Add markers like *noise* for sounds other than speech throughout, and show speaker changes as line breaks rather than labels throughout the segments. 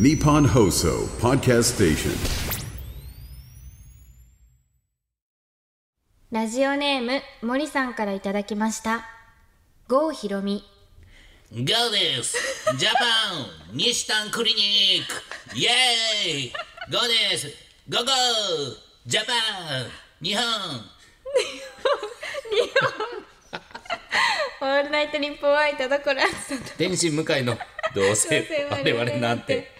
Nippon Hoso Podcast Station.
ラジオネーム森さんからいただきました郷ひろみ
ゴーですジャパン西丹クリニックイエーイゴーですゴーゴージャパン日本
「オールナイトニッポンアイト」どこらさんと
天心向かいのどうせ我々なんて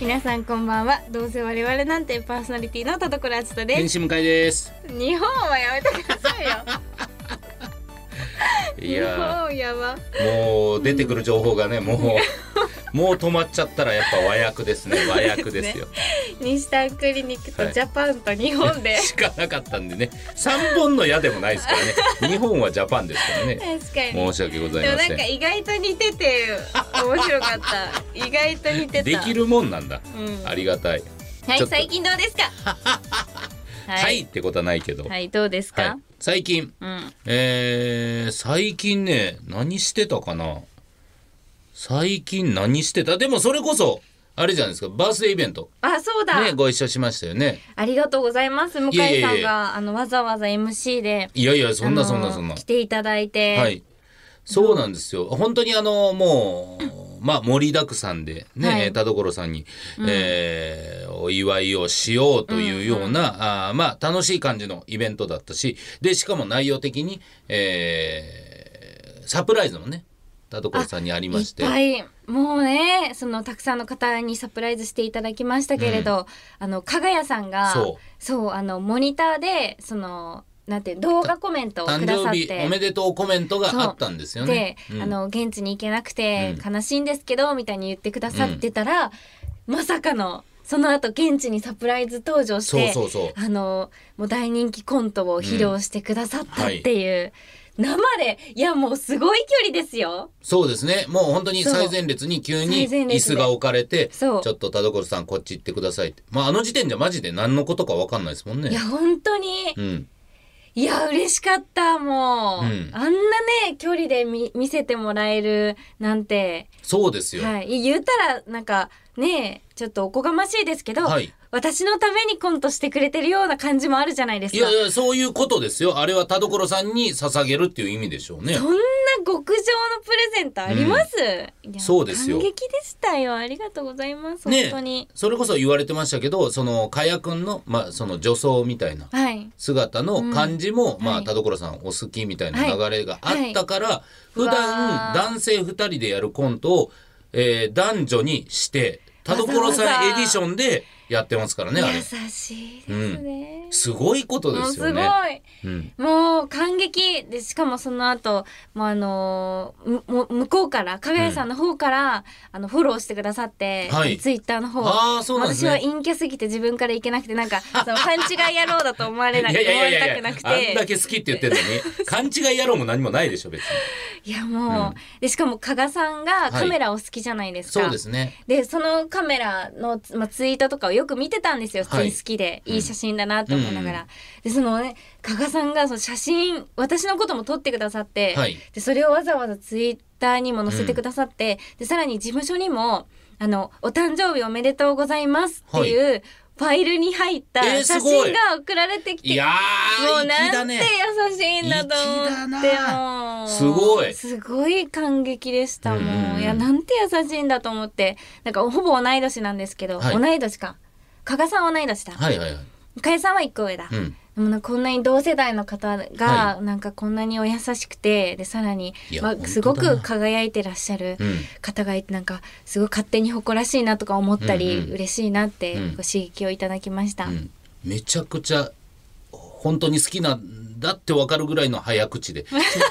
皆さんこんばんはどうせ我々なんてパーソナリティの田所あつとで
天
す
心向かいです
日本はやめてくださいよ
い
日
や
本やば
ーもう出てくる情報がねもうもう止まっちゃったらやっぱ和訳ですね和訳です
*laughs*
よ
西丹クリニックと
はい
ジャパンと日本
*laughs*
で、
しかなかったんでね3本の矢でもないですからね日本はジャパンですからね
確かに
申し訳ござ
で
い
もな
ま
ん
せん
か意外と似てて面白かった意外と似てた
できるもんなんだ、
うん
ありがたい
は
ちょ
い
っと
最近どう
*laughs*
ですか
はい、ってことはないけど、
はいどうですか、
はい最近
うん
えー、最近ね何してたかな最近何してたでもそれこそあれじゃないですかバースデーイベント
あそうだ、
ねご一緒しましたよね
ありがとうございます向井さんが
いえいえいえ
あのわざわざ MC で
いやいやそんな
あの
そんなそんな
来ていただいて、
はいそうなんですよ本当にあのもうまあ盛りだくさんでね、
はい
田所さんに、えーお祝いをしようというような、あーまあ楽しい感じのイベントだったしでしかも内容的に、えーサプライズもね田所さんにありま
い
し
ってぱいもうねそのたくさんの方にサプライズしていただきましたけれど、あの加賀谷さんが
そう
そうあのモニターでそのなんて動画コメントをく
誕
ださ
生
っ
日おめ
て。
でとうコメントがあったんですよね。
で、
うん
あの現地に行けなくて悲しいんですけど、みたいに言ってくださってたら、まさかのその後現地にサプライズ登場して
そうそうそ
あのもう大人気コントを披露してくださったっていう、生でいやもうすごい距離ですよ。
そうですねもう本当に
そう
最前列に急に
最前列で
椅子が置かれてち
そ
ょ
う
っと田所さんこっち行ってくださいって、まあ、あの時点じゃマジで何のことか分かんないですもんね
いや。本当に、
うん、
いや嬉しかったもう、
うん
あんなね距離で見見せてもらえるなんて、
そうですよ、
はい、言うたらなんかねちょっとおこがましいですけど、
はい
私のためにコントしてくれてるような感じもあるじゃないです
い
か
やいやそういうことですよあれは田所さんに捧げるっていう意味でしょうね
そんな極上のプレゼントあります、いや
そうですよ
感激でしたよありがとうございます本
ね
当に、
それこそ言われてましたけどその加谷君の,、まあ、その女装みたいな
はい
姿の感じも、ま
は
あ
い
田所さんお好きみたいな流れがあったから、
い
普
うわー
段男性2人でやるコントを、えー男女にして田所
わ
さ
ざわ
ん
ざ
エディションでやってますからねあれ
優しいですね、
すごいことで
もう
す
す
よ
ご
ね。
い
うん
もう感激でしかもその後もうあのーむもう向こうから加賀谷さんの方から、あのフォローしてくださって、
はい
ツイッターの方
あーそうなんで
私
すね
は陰キャすぎて自分からいけなくて
*laughs*
なんかその勘違い野郎だと思わ
い
れな
やい
く思わ
やい
れ
や
た
い
く
や
なく
あんだ
て
け好きって言っ
*laughs*
てるのに勘違い野郎も何もないでしょ別に
いやもう、でしかも加賀さんがカメラお好きじゃないですか。
そうですね
でそのカメラの、まあ、ツイートとかをよく見てたんですよ普
はい
通に好きで、いい写真だなと思いながら、でそのね加賀さんがその写真私のことも撮ってくださって、
はい
でそれをわざわざツイッターにも載せてくださって、でさらに事務所にもあの「お誕生日おめでとうございます」っていう、ファイルに入った
えー
写
すご
真
い
が送られてきて、
いや
もう
ー粋
な
だ
んて
ね
優しいんだと思って
粋だな
もう
すごい
すごい感激でしたもう,、
うんうんうん
いやなんて優しいんだと思ってなんかほぼ同い年なんですけど、
はい
同い年か加賀さん同い年だ
はいはいはい
加谷さんは一個上だ、
う
で
ん
もなんかこんなに同世代の方が
は
なんかこんなにお優しくてでさらに
い、や
まあ、
本当だな
すごく輝いてらっしゃる
うん
方がいてなんかすごい勝手に誇らしいなとか思ったり、
うんうん
嬉しいなって
うん
ご刺激をいただきました、
うんめちゃくちゃ本当に好きなんだってわかるぐらいの早口で *laughs*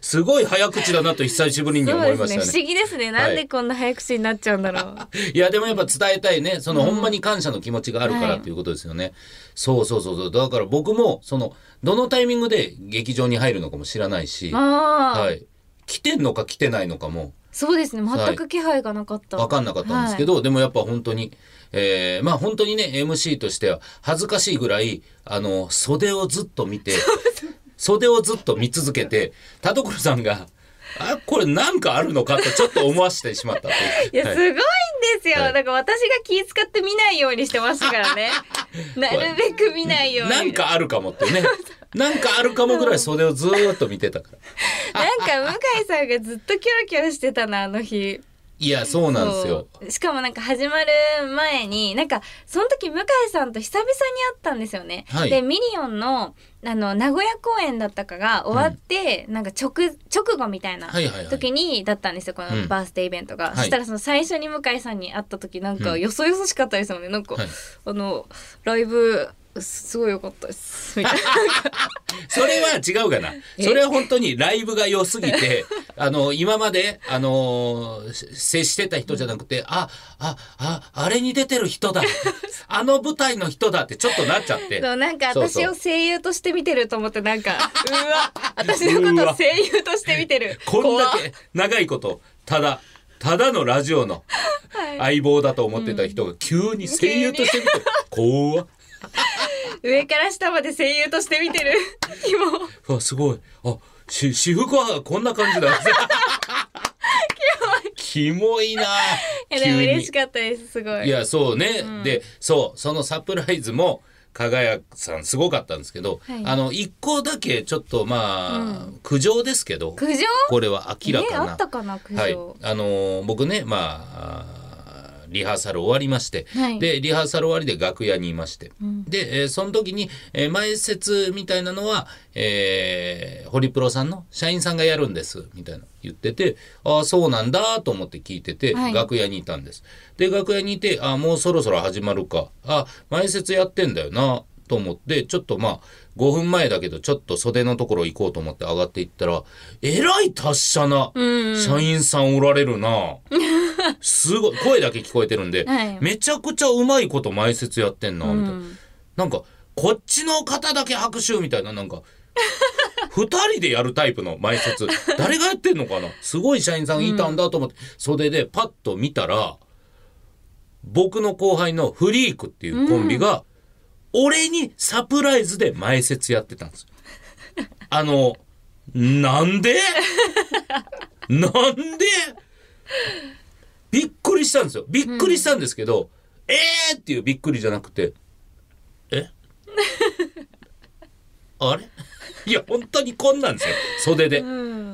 すごい早口だなと久しぶりに
そう
思い
で
ますし
ね
た
不
ね
思議ですねなんでこんな早口になっちゃうんだろ
*laughs*
う、
いやでもやっぱ伝えたいねそのほんまに感謝の気持ちがあるか
は
ら
い
ということですよね、そうそうそうそうだから僕もそのどのタイミングで劇場に入るのかも知らないし、
ああ、
はい、来てんのか来てないのかも
そうですね全く気配がなかった、
分かんなかったんですけど、でもやっぱ本当に、えーまあ
*laughs*
本当にね MC としては恥ずかしいぐらいあの袖をずっと見てそ袖をずっと見続けて田所さんが「あこれなんかあるのか?」とちょっと思わせてしまったという
いや、
は
す
い
ごいんですよ。
はい
だから私が気使って見ないようにしてましたから
*laughs*
ね。なるべく見ないように。
なんかあるかもってねなんかあるかもぐらい袖をずーっと見てたから
なんか向井さんがずっとキョロキョロしてたなあの日
いやそうなんですよ
そうしかもなんか始まる前になんかその時向井さんと久々に会ったんですよね、
はい
でミリオンのあの名古屋公演だったかが終わって、なんか直直後みたいな
はいはいはい
時にだったんですよこ
う
の
ん
バースデーイベントが、
はい
そしたらその最初に向井さんに会った時なんか
うん
よそよそしかったですよねなんか、
はい
あのライブすごい良かったですみたいな
それは違うかな。それは本当にライブが良すぎて、 *laughs* あの、今まで、あのーせ接してた人じゃなくて、あ、あ、あ、あれに出てる人
*laughs*
だ。あの舞台の人だってちょっとなっちゃって。
そうなんか
そうそう
私を声優として見てると思って
*laughs*
なんかうわ私のことを声優として見てる
*laughs* こんだ
怖っ
け長いこと、ただ、ただのラジオの相棒だと思ってた人が急に声優として見て、怖っ
上から下まで声優として見てる *laughs* 今
うわ、すごい。あ、し、私服はこんな感
*laughs*
じだ。 *laughs* キモいな。
いやでも
急に
嬉しかったですすごい
いやそうね、でそうそのサプライズも加賀谷さんすごかったんですけど、
はい
あの一個だけちょっとまあ、苦情ですけど
苦情
これは明らかな、
えあったかな苦情
はい、あのー僕ねまああーリハーサル終わりまして、
はい
でリハーサル終わりで楽屋にいまして、で、えーその時に、えー前説みたいなのは、えーホリプロさんの社員さんがやるんですみたいなの言っててああそうなんだと思って聞いてて、
はい
楽屋にいたんですで楽屋にいてああもうそろそろ始まるかあ前説やってんだよなと思ってちょっとまあ5分前だけどちょっと袖のところ行こうと思って上がっていったらえらい達者な社員さんおられるな、すごい声だけ聞こえてるんで、
はい
めちゃくちゃうまいこと前説やってんなみたいな、なんかこっちの方だけ拍手みたいななんか *laughs* 二人でやるタイプの前説誰がやってんのかなすごい社員さんいたんだと思って、袖でパッと見たら僕の後輩のフリークっていうコンビが、俺にサプライズで前説やってたんですよ。あのなんでなんでびっくりしたんですよびっくりしたんですけど、えーっていうびっくりじゃなくてえあれいや本当にこんなんですよ袖で、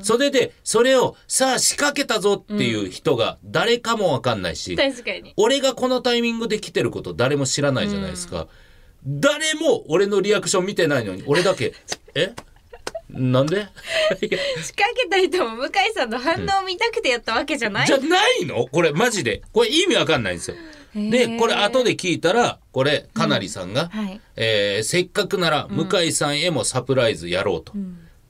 袖でそれをさあ仕掛けたぞっていう人が誰かもわかんないし、
確かに
俺がこのタイミングで来てること誰も知らないじゃないですか、誰も俺のリアクション見てないのに俺だけ「えなんで?いや」
仕掛けた人も向井さんの反応を見たくてやったわけじゃない、
じゃないのこれマジでこれ意味わかんないんですよ。でこれ後で聞いたらこれかなりさんが、
はい
えーせっかくなら向井さんへもサプライズやろうと。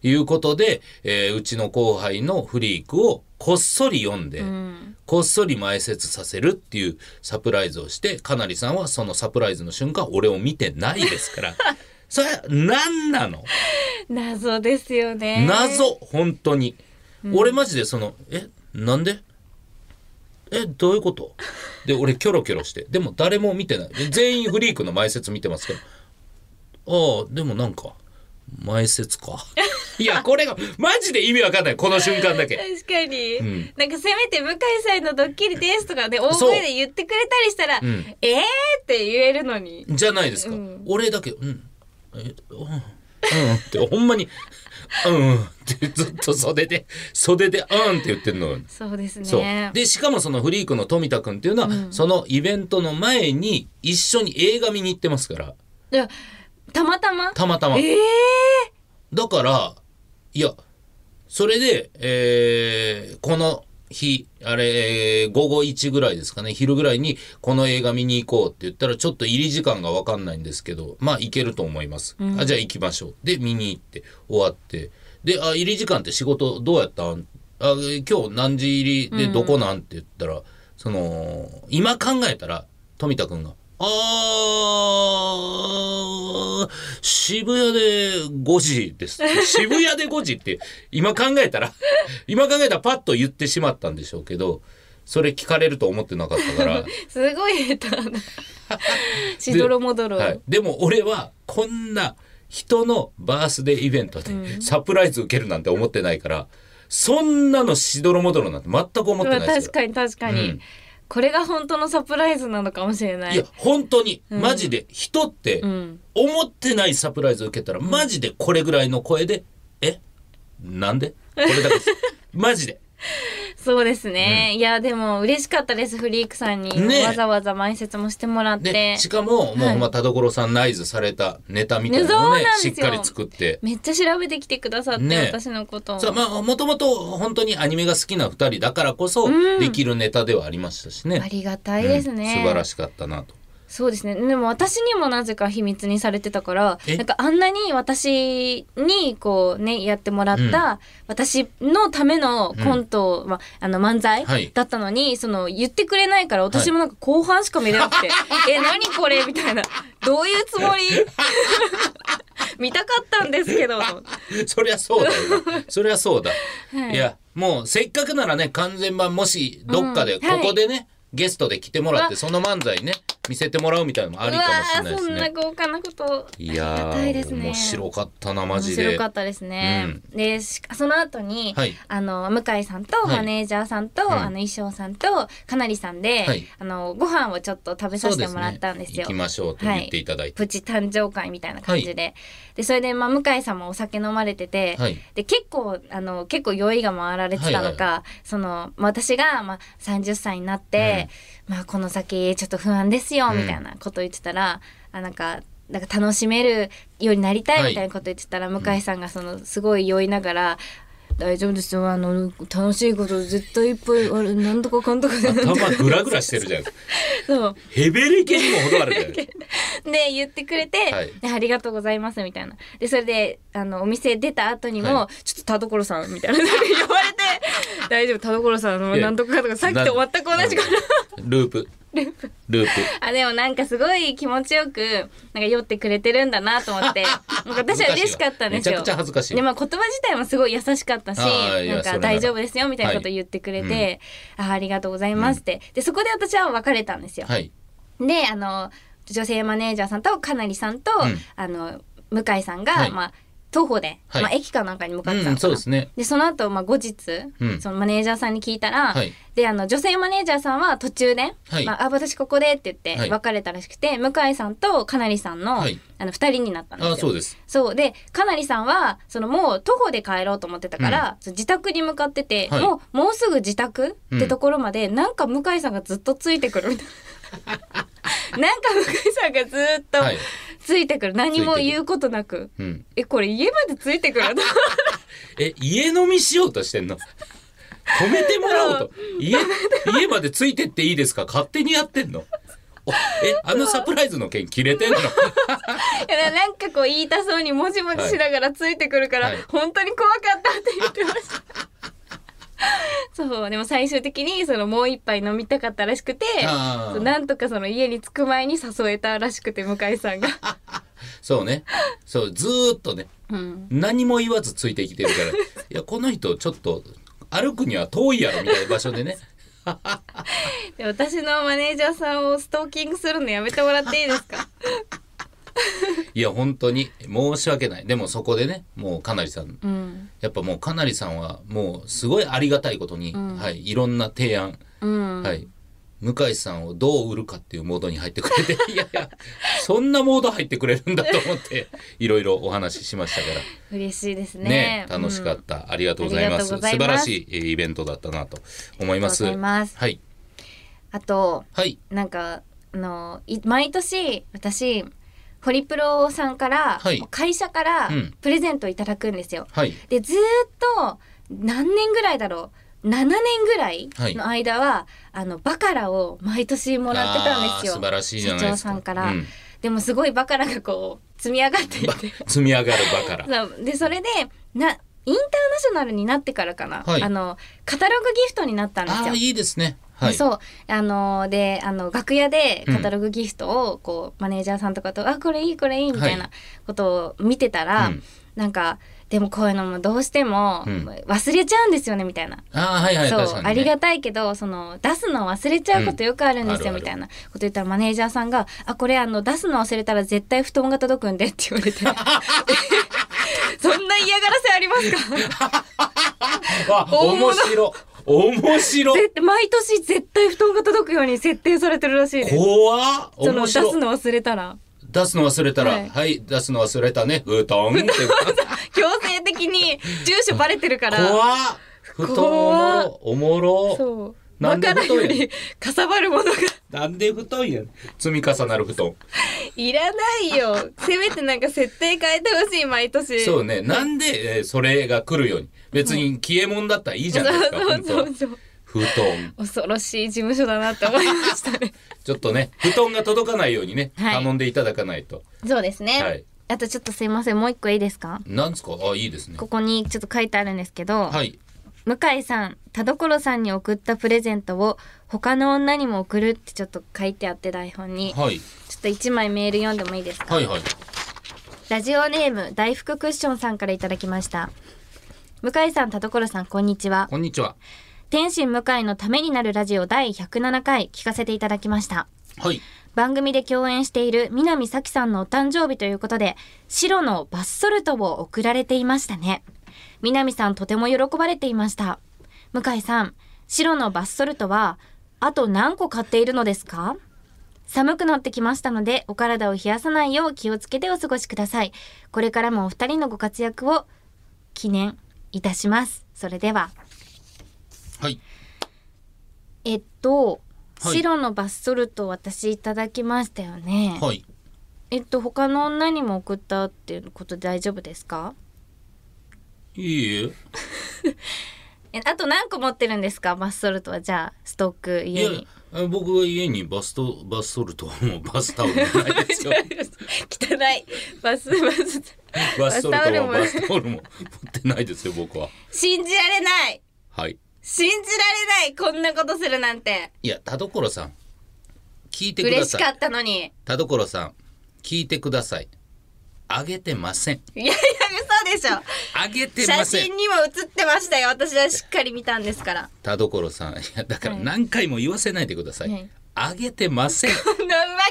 いうことで、えーうちの後輩のフリークをこっそり読んで、こっそり前説させるっていうサプライズをしてかなりさんはそのサプライズの瞬間俺を見てないです *laughs* からそれ何なの
謎ですよね
謎本当に、俺マジでそのえなんでえどういうことで俺キョロキョロしてでも誰も見てないで全員フリークの前説見てますけどああでもなんか前
*laughs*
説かいやこれがマジで意味わかんないこの瞬間だけ
確かに、
ん
なんかせめて向井さんのドッキリですとかで大
そう
声で言ってくれたりしたら、
ん
えーって言えるのに
じゃないですか、
うん
俺だけうんえうんうんってほんまにうんうんってずっと袖で袖でうんって言ってんのよ
そうです
そう
ね
でしかもそのフリークの富田君っていうのは、そのイベントの前に一緒に映画見に行ってますから
でたまたま
たまたま、
ええ
だからいやそれで、えーこの日あれえー午後1ぐらいですかね昼ぐらいにこの映画見に行こうって言ったらちょっと入り時間が分かんないんですけどまあ行けると思います、あじゃあ行きましょうで見に行って終わってであ入り時間って仕事どうやったんあ今日何時入りでどこなんって言ったら、その今考えたら富田君が「あー渋谷で5時です」渋谷で5時って今考えたら今考えたらパッと言ってしまったんでしょうけどそれ聞かれると思ってなかった
*laughs*
から。
す
*laughs*
*laughs* ごい下手な。しどろもどろ。
はい、でも俺はこんな人のバースデーイベントでサプライズ受けるなんて思ってないから、そんなのしどろもどろなんて全く思ってないです
確
よ。
かに確かに、
うん
これが本当のサプライズなのかもしれない
いや本当にマジで人って
ん
思ってないサプライズ受けたらマジでこれぐらいの声で「えなんで?」これだけです
*laughs*
マジで
そうですね、いやでも嬉しかったですフリークさんに、
ねえ
わざわざ埋設もしてもらって、
でしかももうほんま田所さんナイズされたネタみたいな
そ
のを
う
ね
なんです
し
よ
っかり作って
めっちゃ調べてきてくださって、
ねえ
私のことを
さあまあもともと本当にアニメが好きな2人だからこそできるネタではありましたしね、
ありがたいですね、
うん素晴らしかったなと
そうですねでも私にもなぜか秘密にされてたから
え
なんかあんなに私にこうねやってもらった、私のためのコント、まあ、あの漫才
はい
だったのに、その言ってくれないから私もなんか後半しか見れなくて
*laughs*
「え何これ?」みたいな「どういうつもり? 」見たかったんですけどと思って
*laughs* そりゃそ
*laughs*
うだよなそりゃそうだ、い、やもうせっかくならね完全版もしどっかで
うん
こ
はい
こでね、ゲストで来てもらっ
う
てその漫才ね見せてもらうみたいなのもありかも
うわー
しれないです
そんな
ね
豪華なことあり
い
が
や
たいです
ー
ね
面白かったなマ
面
ジ
白
で
かったですね。でしその後に、
はい
あの向井さんと
はい
マネージャーさんと、
ん
あの衣装さんとかなりさんで、
はい
あのご飯をちょっと食べさせてもらったんですよ。
そうね行きましょうと言っていただいて、
プチ誕生会みたいな感じで、でそれでまあ向井さんもお酒飲まれてて、
はい
で結構あの結構酔いが回られてたのか、
はい
そのまあ私がまあ30歳になって、まあこの先ちょっと不安ですよ
うん
みたいなことを言ってたら、あなんか。なんか楽しめるようになりた
はいい
みたいなこと言ってたら、向井さんがそのすごい酔いながら「大丈夫ですよあの楽しいこと絶対いっぱいあれなんとかかんとかで」
頭グラグラしてるじゃないですか
*laughs* そう
ヘベレケにもほどあるじゃないですか
*laughs* で言ってくれて、
はい
でありがとうございますみたいなでそれであのお店出た後にも、
は
ちょっと田所さんみたいな呼ば
*laughs*
れて大丈夫田所さんの
いや
何とかかとかさっきと全く同じから。
なループループループ
あでもなんかすごい気持ちよくなんか酔ってくれてるんだなと思
*laughs*
ってなんか私は嬉しかったんですよ
めちゃくちゃ恥ずかしい
で、まあ、言葉自体もすごい優しかったし
あーいや
なん
そ
か
れなら
大丈夫ですよみたいなこと言ってくれて、あーありがとうございますって、でそこで私は別れたんですよ、
はい
であの女性マネージャーさんとかなりさんと、
ん
あの向井さんが、
はい
まあ、徒歩で、
はい
まあ、駅かなんかに向かってたのか
う
な、
んそうですね
でその後、まあ後日、
うん
そのマネージャーさんに聞いたら、
はい
であの女性マネージャーさんは途中で、
はい
まあ、あ私ここでって言っ
は
て
い
別れたらしくて、向井さんとかなりさんの,、
はい
あの2人になったんですよ。
あそうです
そうでかなりさんはそのもう徒歩で帰ろうと思ってたから、その自宅に向かってて、
はい
もうもうすぐ自宅ってところまで、なんか向井さんがずっとついてくるみたいな *laughs* なんか向井さんがずっと *laughs*
はい
ついてくる、何も
ついてくる
言うことなく、
うん
えこれ家までつ *laughs* いてくる
え家飲みしようとしてんの止めてもらおうと家家までついてっていいですか勝手にやってんのおえあのサプライズの件切れ *laughs* てんの
いやなんかこう言いたそうにもじもじしながらついてくるから、
はい
本当に怖かったって言ってました。 *laughs* そうでも最終的にそのもう一杯飲みたかったらしくて
あー
そうなんとかその家に着く前に誘えたらしくて向井さんが
そうねそうずーっとね、何も言わずついてきてるからいやこの人ちょっと歩くには遠いやろみたいな場所 *laughs* でね
で私のマネージャーさんをストーキングするのやめてもらっていいですか
いや本当に申し訳ないでもそこでねもうかなりさん、やっぱもうかなりさんはもうすごいありがたいことに、はい、いろんな提案、はい、向井さんをどう売るかっていうモードに入ってくれて
*laughs*
いやいやそんなモード入ってくれるんだと思っていろいろお話ししましたから。
嬉しいですね
ね、楽しか
っ
った、ありがとうございます
ありがとう
素
ござ
晴
いま
ら
す
しいえーイベントだったなと思います
ありがとうございます
はい
た、あと
はい
なんかあのい毎年私ホリプロさんから、
はい
会社から
うん
プレゼントいただくんですよ。 *laughs*
はい
でずーっと何年ぐらいだろう7年ぐらい
はい
の間は、あのバカラを毎年もらってたんですよ
あー素晴らしいじゃないですか
社長さんから、
うん
でもすごいバカラがこう積み上がってい
ば
て
積み上がるばから
そうでそれでなインターナショナルになってからかな、
はい
あのカタログギフトになったんですよ
ああ。いいですねはい
そうあのであの楽屋でカタログギフトをこう、マネージャーさんとかと「あこれいいこれいい」みたいなことを見てたら、
うん
なんかでもこういうのもどうしても
うん
忘れちゃうんですよねみたいな。
ああはいはい
そう、
確かに、ね、
ありがたいけどその出すの忘れちゃうことよくあるんですよ、
うんあるある
みたいなこと言ったらマネージャーさんが「あこれあの出すの忘れたら絶対布団が届くんで」って言わ
*laughs*
れてそんな嫌がらせありますか
*laughs* あ面白面白
絶対毎年絶対布団が届くように設定されてるらしいです
怖っ
その出
面
す
白
の忘れたら *laughs*
出すの忘れたら、は、
はいい
出すの忘れたね布団って
強制的に住所バレてるから
怖っ布団
怖っ
おもろおもろ
そう
な
バ
んで
カな
太い
よりかさばるものが
なんで布団やねん積み重なる布団
いらないよ
*laughs*
せめてなんか設定変えてほしい毎年
そうねなんで、えーそれが来るように別に消えもんだったらいいじゃないですか、
そうそうそう
本
そう
当布団
恐ろしい事務所だなって思いましたね
ちょっとね布団が届かないようにね、
はい
頼んでいただかないと
*laughs* そうですね、
はい
あとちょっとすいませんもう一個いいですか
なんですかあいいですね
ここにちょっと書いてあるんですけど、
はい
向井さん田所さんに送ったプレゼントを他の女にも送るってちょっと書いてあって台本に、
はい
ちょっと一枚メール読んでもいいですか、
はいはい
ラジオネーム大福クッションさんからいただきました向井さん田所さんこんにちは
こんにちは
天心向井のためになるラジオ第107回聞かせていただきました
はい
番組で共演している南咲さんのお誕生日ということで白のバスソルトを送られていましたね南さんとても喜ばれていました向井さん白のバスソルトはあと何個買っているのですか寒くなってきましたのでお体を冷やさないよう気をつけてお過ごしくださいこれからもお二人のご活躍を記念いたしますそれでは
はい
えっと、
はい
白のバスソルト私いただきましたよね
はい
えっと他の女にも送ったっていうことで大丈夫ですか？
いいえ
えあと何個持ってるんですか？バスソルトはじゃあストック
い
家
や
に。
え僕は家にバストバスソルトもバスタオルもないですよ
汚いバスバス
バスソ
*laughs*
ル
バスタオ
ト
ル
も
も
バスタオルも持ってないですよ僕は
信じられない
はい
信じられないこんなことするなんて
いや田所さん聞いてくだ
嬉
さ
し
い
かったのに
田所さん聞いてくださいあげてません
いやいや嘘でしょ
あげてま
写
せん
真にも写ってましたよ私はしっかり見たんですから
田所さんいやだから
はい
何回も言わせないでください、
はい
あげて
*laughs*
ません
この浮気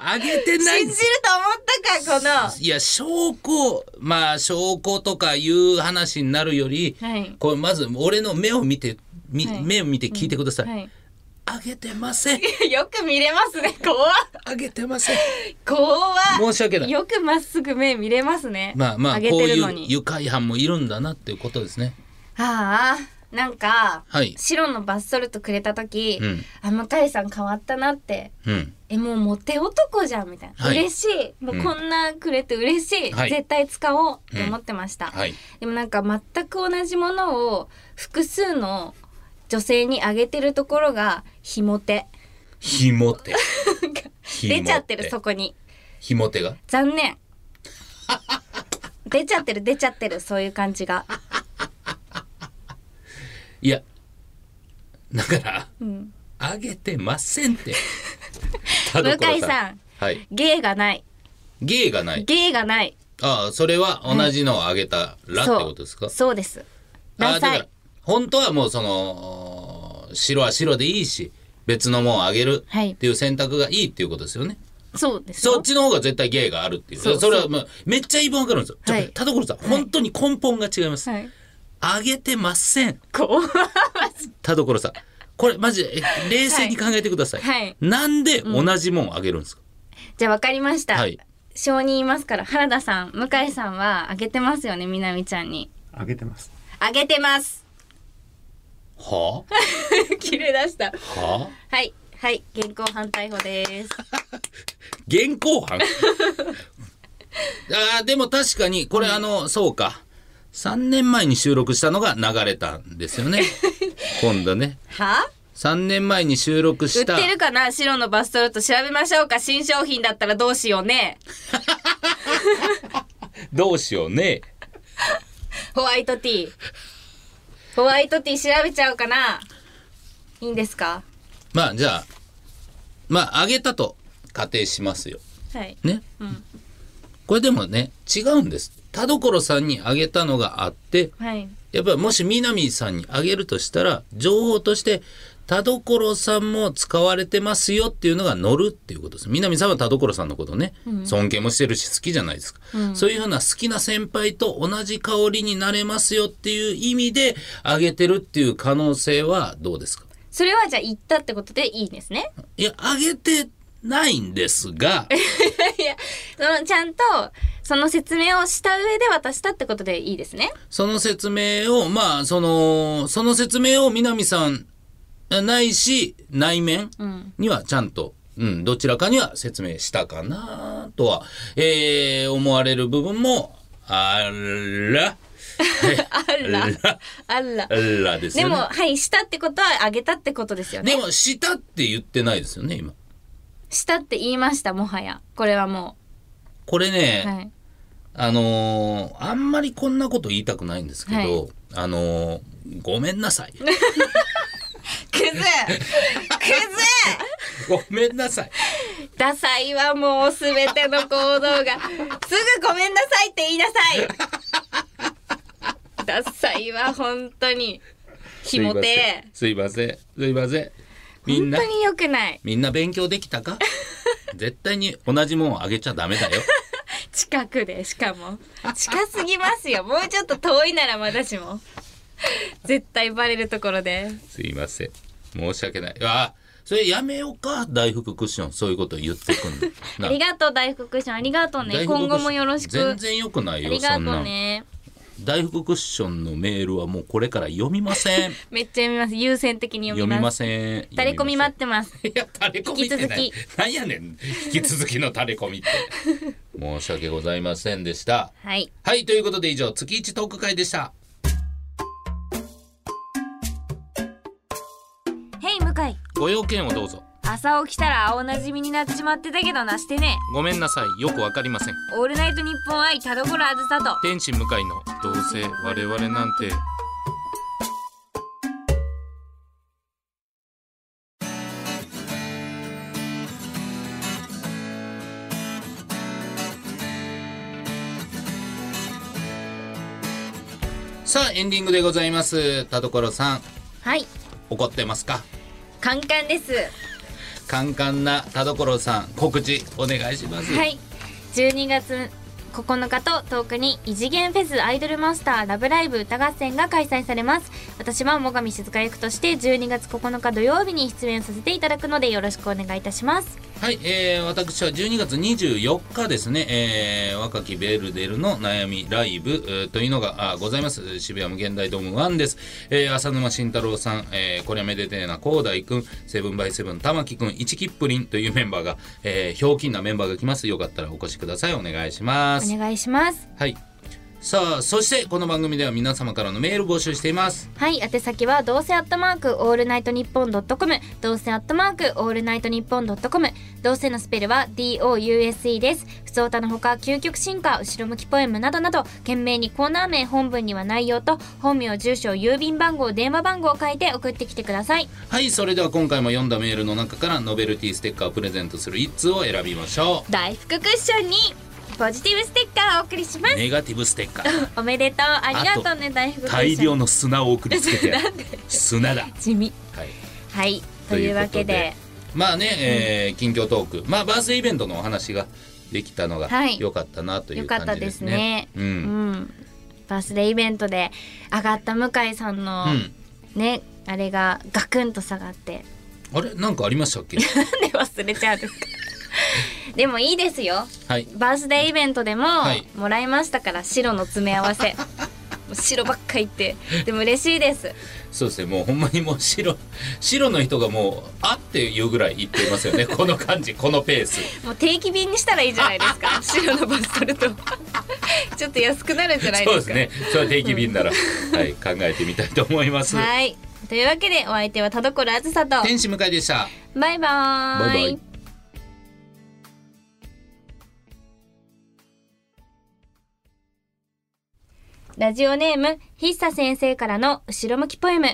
男
あげてない
信
で
じる
す
と思ったかこの
いや証拠まあ証拠とかいう話になるより、
はい
これまず俺の目を見てみ、
はい
目を見て聞いてください、
はい *laughs*
あげてません
よく見れますね怖っ
あげ
*laughs*
てません
怖っ
申し訳ない
よくまっすぐ目見れますね。
まあまあ
上げ
こう
てる
い
の
う
に。
愉快犯もいるんだなっていうことですね
ああ、なんか、
はい
白のバスソルトくれた時、
うん
あ向井さん変わったなって。
うん
えもうモテ男じゃんみたいな、
はい
嬉しいもうこんなくれて嬉しい、
はい
絶対使おうって思ってました、
はい
でもなんか全く同じものを複数の女性にあげてるところがひも手
ひも手
*laughs* 出ちゃってるそこに
ひも手が
残念出ちゃってる出ちゃってるそういう感じが
いやだから、
ん
あげてませんって
*laughs*
田
向
所
井さん
はい
芸がない
芸がない
芸がない
ああそれは同じのをあげたらって
そう
ことですか、
そうです
あ
ダ
あだ
サ
から
い
本当はもうその白は白でいいし別のもんあげる
はい
っていう選択がいいっていうことですよね、
そうですよ
そっちの方が絶対芸があるっていうそ
そう
れはもうめっちゃ言い分わかるんですよ、ちょ
はい
田所さん本当に根本が違います、
はい
あげてません
こ
田所さんこれマジでえ冷静に考えてください、
はいはい
なんで同じもんあげるんですか、
じゃあわかりました、
はい
証人いますから原田さん向井さんはあげてますよねみなみちゃんに
あげてます
あげてます *laughs*
は
切れ出した
あはあ
はいはい現行犯逮捕です
現行犯あーでも確かにこれあのそうか3年前に収録したのが流れたんです
*laughs*
よね今度ね
は
3年前に収録
売っ
した
てるかな白のバストルト調べましょうか新商品だったらどうしようね
どうしようね
ホワイトティーホワイトティー調べちゃおうかないいんですか
まあじゃあまああげたと仮定しますよ
はい
ね、これでもね違うんです田所さんにあげたのがあって
はい。
やっぱりもし南さんにあげるとしたら情報として田所さんも使われてますよっていうのが乗るっていうことです南さんは田所さんのことね、尊敬もしてるし好きじゃないですか、そういうふうな好きな先輩と同じ香りになれますよっていう意味であげてるっていう可能性はどうですか
それはじゃあ言ったってことでいいですね。
いやあげてないんですが
*laughs* いや、そのちゃんとその説明をした上で渡したってことでいいですね。
その説明をまあそのその説明を南さんないし内面にはちゃんと、うんどちらかには説明したかなとは、えー思われる部分もあ
あ
ら
ら
あら、
あら
あ。らです
で
よね。
も、はい、したってことはあげたってことですよね。
でもしたって言ってないですよね今。
したって言いました、もはや。これはも
これね、
う。はい。
あのーあんまりこんなこと言いたくないんですけど、
はい
あのーごめんなさ
*laughs*
い。
クズクズ
ごめんなさい。
ダサいはもうすべての行動が。すぐごめんなさいって言いなさ
*laughs*
いダサいは本当に。ひもて。
すいませんすいませんすいませんみん
本
な
当に良くない。
みんな勉強でき
*laughs*
たか絶対に同じもんあげちゃダメだよ
近くで、しかも。近すぎますよ。もうちょっと遠いならまだしも。絶対バレるところで。
すいません申し訳ないあそれやめようか大福クッションそういうこと言って
*laughs*
くんの
ありがとう、大福くんありがとうね。
大福クッショ
今
ン
後もよろしく。
全然よくない
あ
よ
りがと
そんな
うんね。
大福クッションのメールはもうこれから読みません
めっちゃ読みます。優先的に読
読
み
み
ま。
ますせん
垂れ込み待ってます。
いや垂れ込みってな
引き
いなんやね
*laughs*
ん引き続きの垂れ込みって申し訳ございませんでした
はい。
はい、ということで以上、月一トーク会でした。
へい、向井。
ご用件をどうぞ。
朝起きたら青なじみになってしまってたけどなしてね。
ごめんなさい、よくわかりません。
オールナイトニッポン愛田所あずさと。
天使向かいの、どうせ我々なんて。さあ、エンディングでございます。田所さん、
はい。
怒ってますか
カンカンです。
カンカンな田所さん、告知お願いします。
はい。12月9日と10日に異次元フェスアイドルマスターラブライブ歌合戦が開催されます。私は最上静香役として12月9日土曜日に出演させていただくのでよろしくお願いいたします。
はい、えー私は12月24日ですね、えー若きベルデルの悩みライブ、えーというのがあございます。渋谷無限大ドーム1です。えー浅沼慎太郎さん、えーこれはめでてえな広大くん、セブンバイセブン玉木くん、一きっぷりんというメンバーが、えーひょうきんなメンバーが来ます。よかったらお越しください。お願いします。
お願いします。
はい。さあ、そしてこの番組では皆様からのメール募集しています。
はい、宛先はどうせアットマークオールナイトニッポンドットコム、どうせアットマークオールナイトニッポンドットコム、どうせのスペルは DOUSE です。普通歌のほか、究極進化、後ろ向きポエムなどなど、懸命にコーナー名、本文には内容と、本名、住所、郵便番号、電話番号を書いて送ってきてください。
はいそれでは今回も読んだメールの中からノベルティステッカーをプレゼントする1通を選びましょ
大福クッションに、ポジティブステッカーをお送りしま
う
す。
ネガティブステッカー
おめでとう。ありがとうね、大福クッション。
大量の砂を送りつけ
*laughs*
て砂だ、
地味。
はい、
はい、というわけで、
まあね、えー近況トークまあバースデーイベントのお話ができたのが
はい
良かったなとい
よ
う
かっ
感
た
じ
で
ですすね
ね。
うん
うんバースデーイベントで上がった向井さんの、
うん
ねあれがガクンと下がって *laughs*
あれなんかありましたっけ
なんで忘れちゃうん
*laughs*
ですかでもいいですよ
はい
バースデーイベントでも
い
もらいましたから、白の詰め合わ
*laughs*
せもう白ばっかいってでも嬉しいです
そうですねもうほんまにもう白白の人がもうあっていうぐらい言ってますよ
*laughs*
ねこの感じこのペース
もう定期便にしたらいいじゃないです
*laughs*
か白のバスソルトちょっと安くなるんじゃない
そ
で
うですす
か
ねそれは定期便なら、はい、考えてみたいと思います、
はいというわけでお相手は田所あずさと
天使向井でした
バイバー
バイバイ
ラジオネームひっさ先生からの後ろ向きポエム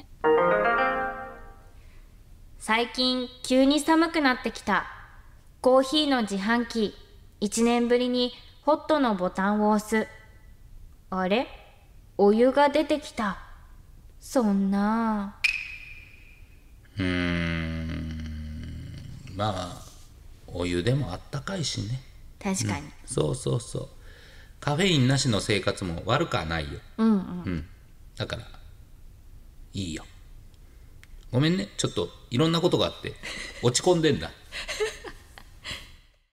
最近急に寒くなってきたコーヒーの自販機1年ぶりにホットのボタンを押すあれお湯が出てきた。そんな。
まあお湯でもあったかいしね
確かに。
そうそうそうカフェインなしの生活も悪くはないよ
うん、うん、
だからいいよごめんねちょっといろんなことがあって落ち込んでんだ